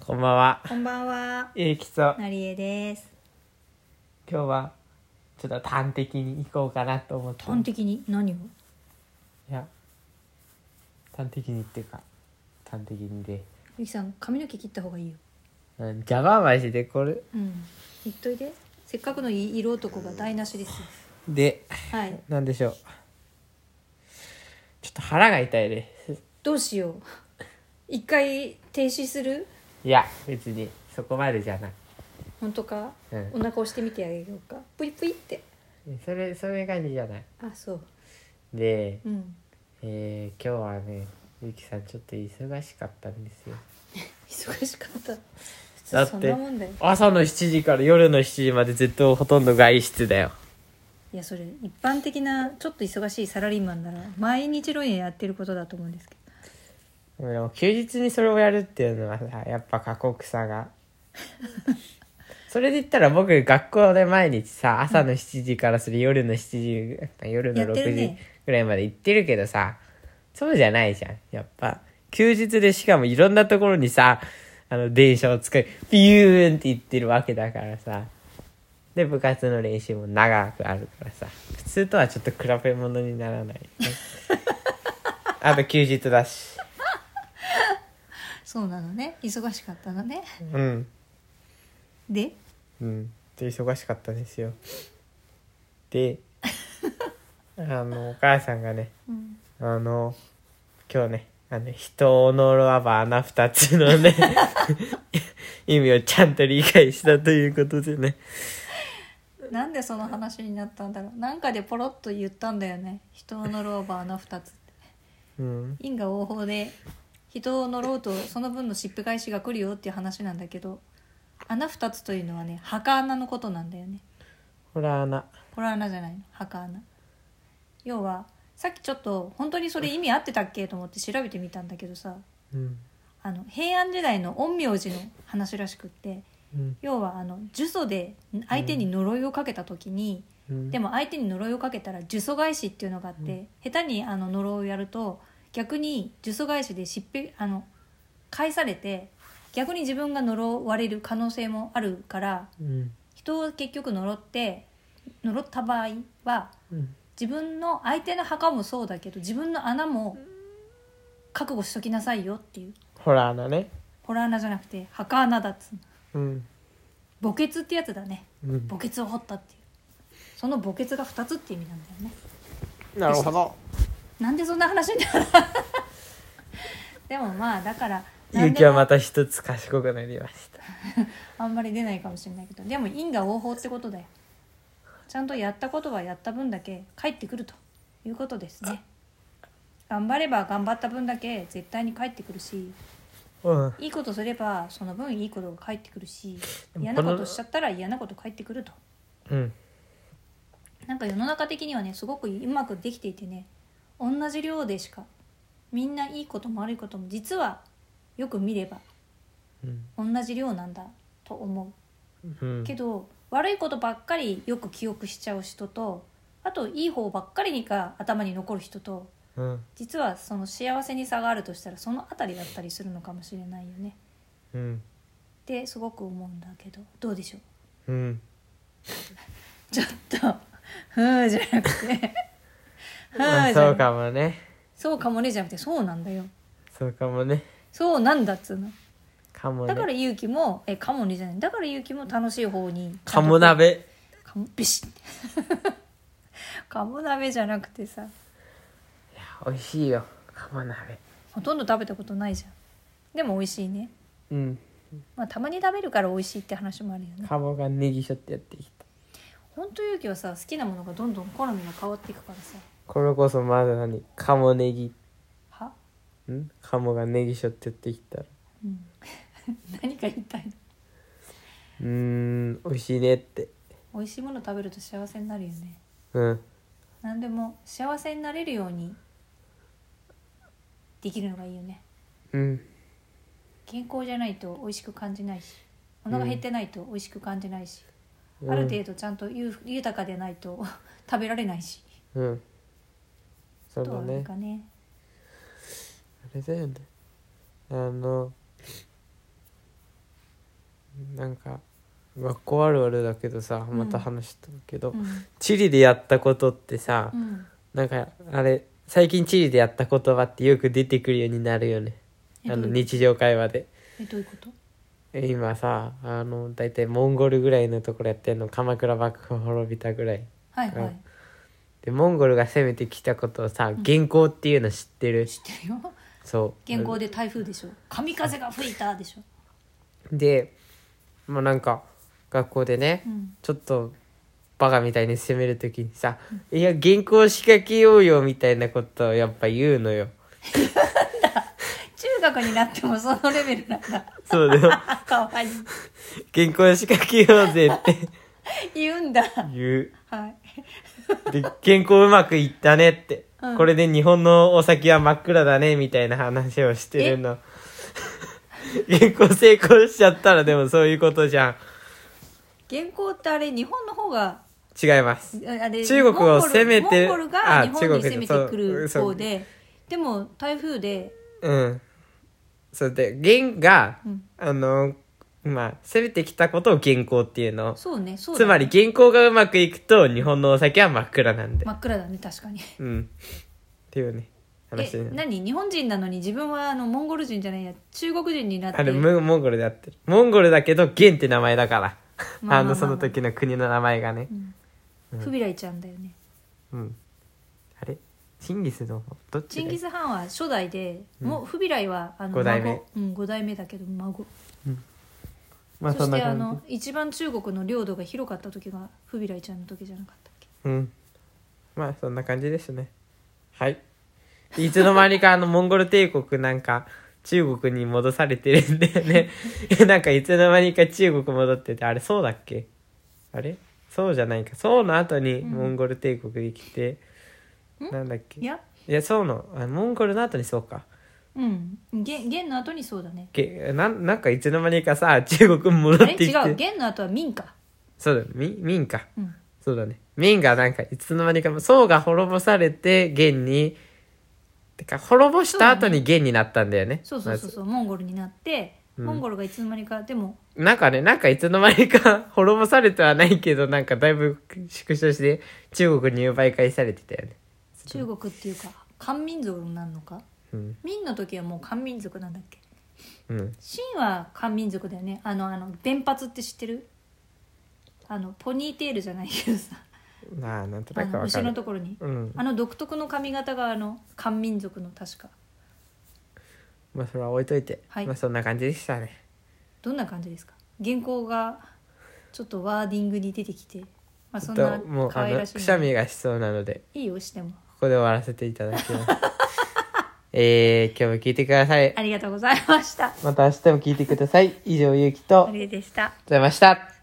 こんばんは。こんばんは。えいきそう。なりえです。今日は、ちょっと端的に行こうかなと思って。端的に何をいや、端的にっていうか、端的にで。ゆきさん髪の毛切った方がいいよ。うん邪魔マジでこれ。うん。言っといで。せっかくのいい色男が台無しですよ。で、はい。なんでしょう。ちょっと腹が痛いです。どうしよう。一回停止するいや、別に、そこまでじゃない。本当か、うんお腹押してみてあげようか。ぷいぷいって。それ、そういう感じじゃない。あ、そう。で、うん。えー、今日はね、ゆきさんちょっと忙しかったんですよ。忙しかった。普だ通ってそんなもんだよ。朝の7時から夜の7時までずっとほとんど外出だよ。いや、それ一般的なちょっと忙しいサラリーマンなら毎日のようにやってることだと思うんですけど。でも休日にそれをやるっていうのはさやっぱ過酷さがそれで言ったら僕学校で毎日さ朝の7時からする夜の7時まあ夜のやってる6時ねぐらいまで行ってるけどさそうじゃないじゃんやっぱ休日でしかもいろんなところにさあの電車を使いビューンって行ってるわけだからさで部活の練習も長くあるからさ普通とはちょっと比べ物になら ない、ね、あと休日だしそうなのね。忙しかったのね。うんで、うん、で忙しかったんですよ であのお母さんがねうん、あの今日ねあの人を呪わば穴二つの ね意味をちゃんと理解したということでねなんでその話になったんだろうなんかでポロッと言ったんだよね人を呪うば穴二つってうん因果応報で人を呪うとその分のしっぺ返しが来るよっていう話なんだけど穴二つというのはね墓穴のことなんだよねほら穴これは穴じゃないの墓穴要はさっきちょっと本当にそれ意味合ってたっけと思って調べてみたんだけどさうんあの平安時代の陰陽師の話らしくってうん要はあの呪詛で相手に呪いをかけた時に、うんでも相手に呪いをかけたら呪詛返しっていうのがあって、下手にあの呪いをやると逆に呪詛返しでしっぺあの返されて逆に自分が呪われる可能性もあるからうん人を結局呪って呪った場合はうん自分の相手の墓もそうだけど自分の穴も覚悟しときなさいよっていうほら穴ねホラー穴じゃなくて墓穴だっつうのうん墓穴ってやつだねうん墓穴を掘ったっていうその墓穴が2つって意味なんだよねなるほどなんでそんな話になる でもまあだからゆ何きではもまた一つ賢くなりましたあんまり出ないかもしれないけどでも因果応報ってことだよちゃんとやったことはやった分だけ返ってくるということですね頑張れば頑張った分だけ絶対に返ってくるしうんいいことすればその分いいことが返ってくるしでも嫌なここのとしちゃったら嫌なこと返ってくるとうんなんか世の中的にはねすごくうまくできていてね同じ量でしかみんないいことも悪いことも実はよく見ればうん同じ量なんだと思うんうけど、悪いことばっかりよく記憶しちゃう人とあといい方ばっかりにか頭に残る人とうん実はその幸せに差があるとしたらその辺りだったりするのかもしれないよねうんってすごく思うんだけどどうでしょううんちょっと「ふー」じゃなくて「ふまー」 あじそゃなうくてかもね「そうかもね」じゃなくて「そうなんだよ」そうかもねそうなんだっつうのかもねだから勇気もえかもねじゃないだから勇気も楽しい方にかも鍋かもビシッ かも鍋じゃなくてさ美味しいよかも鍋ほとんど食べたことないじゃんでも美味しいねうんまあたまに食べるから美味しいって話もあるよねかもがネギショってやってきた本当勇気はさ好きなものがどんどん好みが変わっていくからさこれこそまだ何かもネギは、んかもがネギショってやってきたらうん、 何か言いたいのうーん美味しいねって美味しいもの食べると幸せになるよねうん何でも幸せになれるようにできるのがいいよねうん健康じゃないと美味しく感じないしお腹減ってないと美味しく感じないし、うんある程度ちゃんとゆう豊かでないと 食べられないしうんそうどだうなねるかねあれだよねあのなんか学校あるあるだけどさまた話したけど、うんチリでやったことってさ、うんなんかあれ最近チリでやった言葉ってよく出てくるようになるよねえあのどういう日常会話でえどういうことえ今さあの大体モンゴルぐらいのところやってんの鎌倉幕府滅びたぐらいはいはういでモンゴルが攻めてきたことをさ元寇っていうの知ってる、知ってるよそう原稿で台風で しょ神風が吹いたでしょでもうなんか学校でね、うんちょっとバカみたいに攻める時にさ「いや原稿仕掛けようよ」みたいなことをやっぱ言うのよ中学になってもそのレベルなんだ そうでもかわいい原稿仕掛けようぜって言うんだ言うはいで原稿うまくいったねって、うんこれで日本のお先は真っ暗だねみたいな話をしてる の原稿成功しちゃったらでもそういうことじゃん原稿ってあれ日本の方が違いますあれ中国を攻めてモンゴルモンゴルがあ日本に中攻国めそうてくるそう方ででも台風でうん。そうで、元が、うんあの、まあ、攻めてきたことを元寇っていうの。そうねそうだつまり元寇がうまくいくと、日本のお酒は真っ暗なんで。真っ暗だね確かにうん。っていうね、話えになる。何日本人なのに自分はあのモンゴル人じゃないや中国人になってあれ、モンモンゴルでやってる。モンゴルだけど、元って名前だから。まあまあまああの、その時の国の名前がね。フビライちゃんだよねうん。あれチンギスのどっちチンだギよス・ハンは初代で、もうフビライはあの五代目孫、うん、5代目だけど孫まあ、そそんしなてあ感の一番中国の領土が広かった時がフビライちゃんの時じゃなかったっけじ。うん。まあ、そんな感じですね。はい。いつの間にかあのモンゴル帝国なんか中国に戻されてるんだよね。 なんかいつの間にか中国戻ってて、あれそうだっけあれそうじゃないか。そうの後にモンゴル帝国に来て、なんだっけいいやや、そうの、あモンゴルの後にそうか。うん元元の後にそうだねけなんなんかいつの間にかさ、中国戻あっれてき違うて。元の後は民かそうだ、み民か。うんそうだね。民がなんかいつの間にか、宋が滅ぼされて元に、てか滅ぼした後に元になったんだよね。そうそうそうそうモンゴルになって、うんモンゴルがいつの間にかでもなんかね、なんかいつの間にか 滅ぼされてはないけど、なんかだいぶ縮小して中国に奪い返されてたよね。中国っていうか漢民族になるのかうん。民の時はもう漢民族なんだっけうん。秦は漢民族だよねあのあの電髪って知ってるあのポニーテールじゃないけどさまあ、なんとあなくのわか後ろのる。ところにうん。あの独特の髪型があの漢民族の確かまあ、それは置いといて。はいまあ、そんな感じでしたね。どんな感じですか原稿がちょっとワーディングに出てきて、まあ、そんなともう、可あ愛らの、しいくしゃみがしそうなので、いいよしてもここで終わらせていただきます。 えー、今日も聞いてください。ありがとうございましたまた明日も聞いてください。以上、ゆうきと、ありがとうあれでしたございました。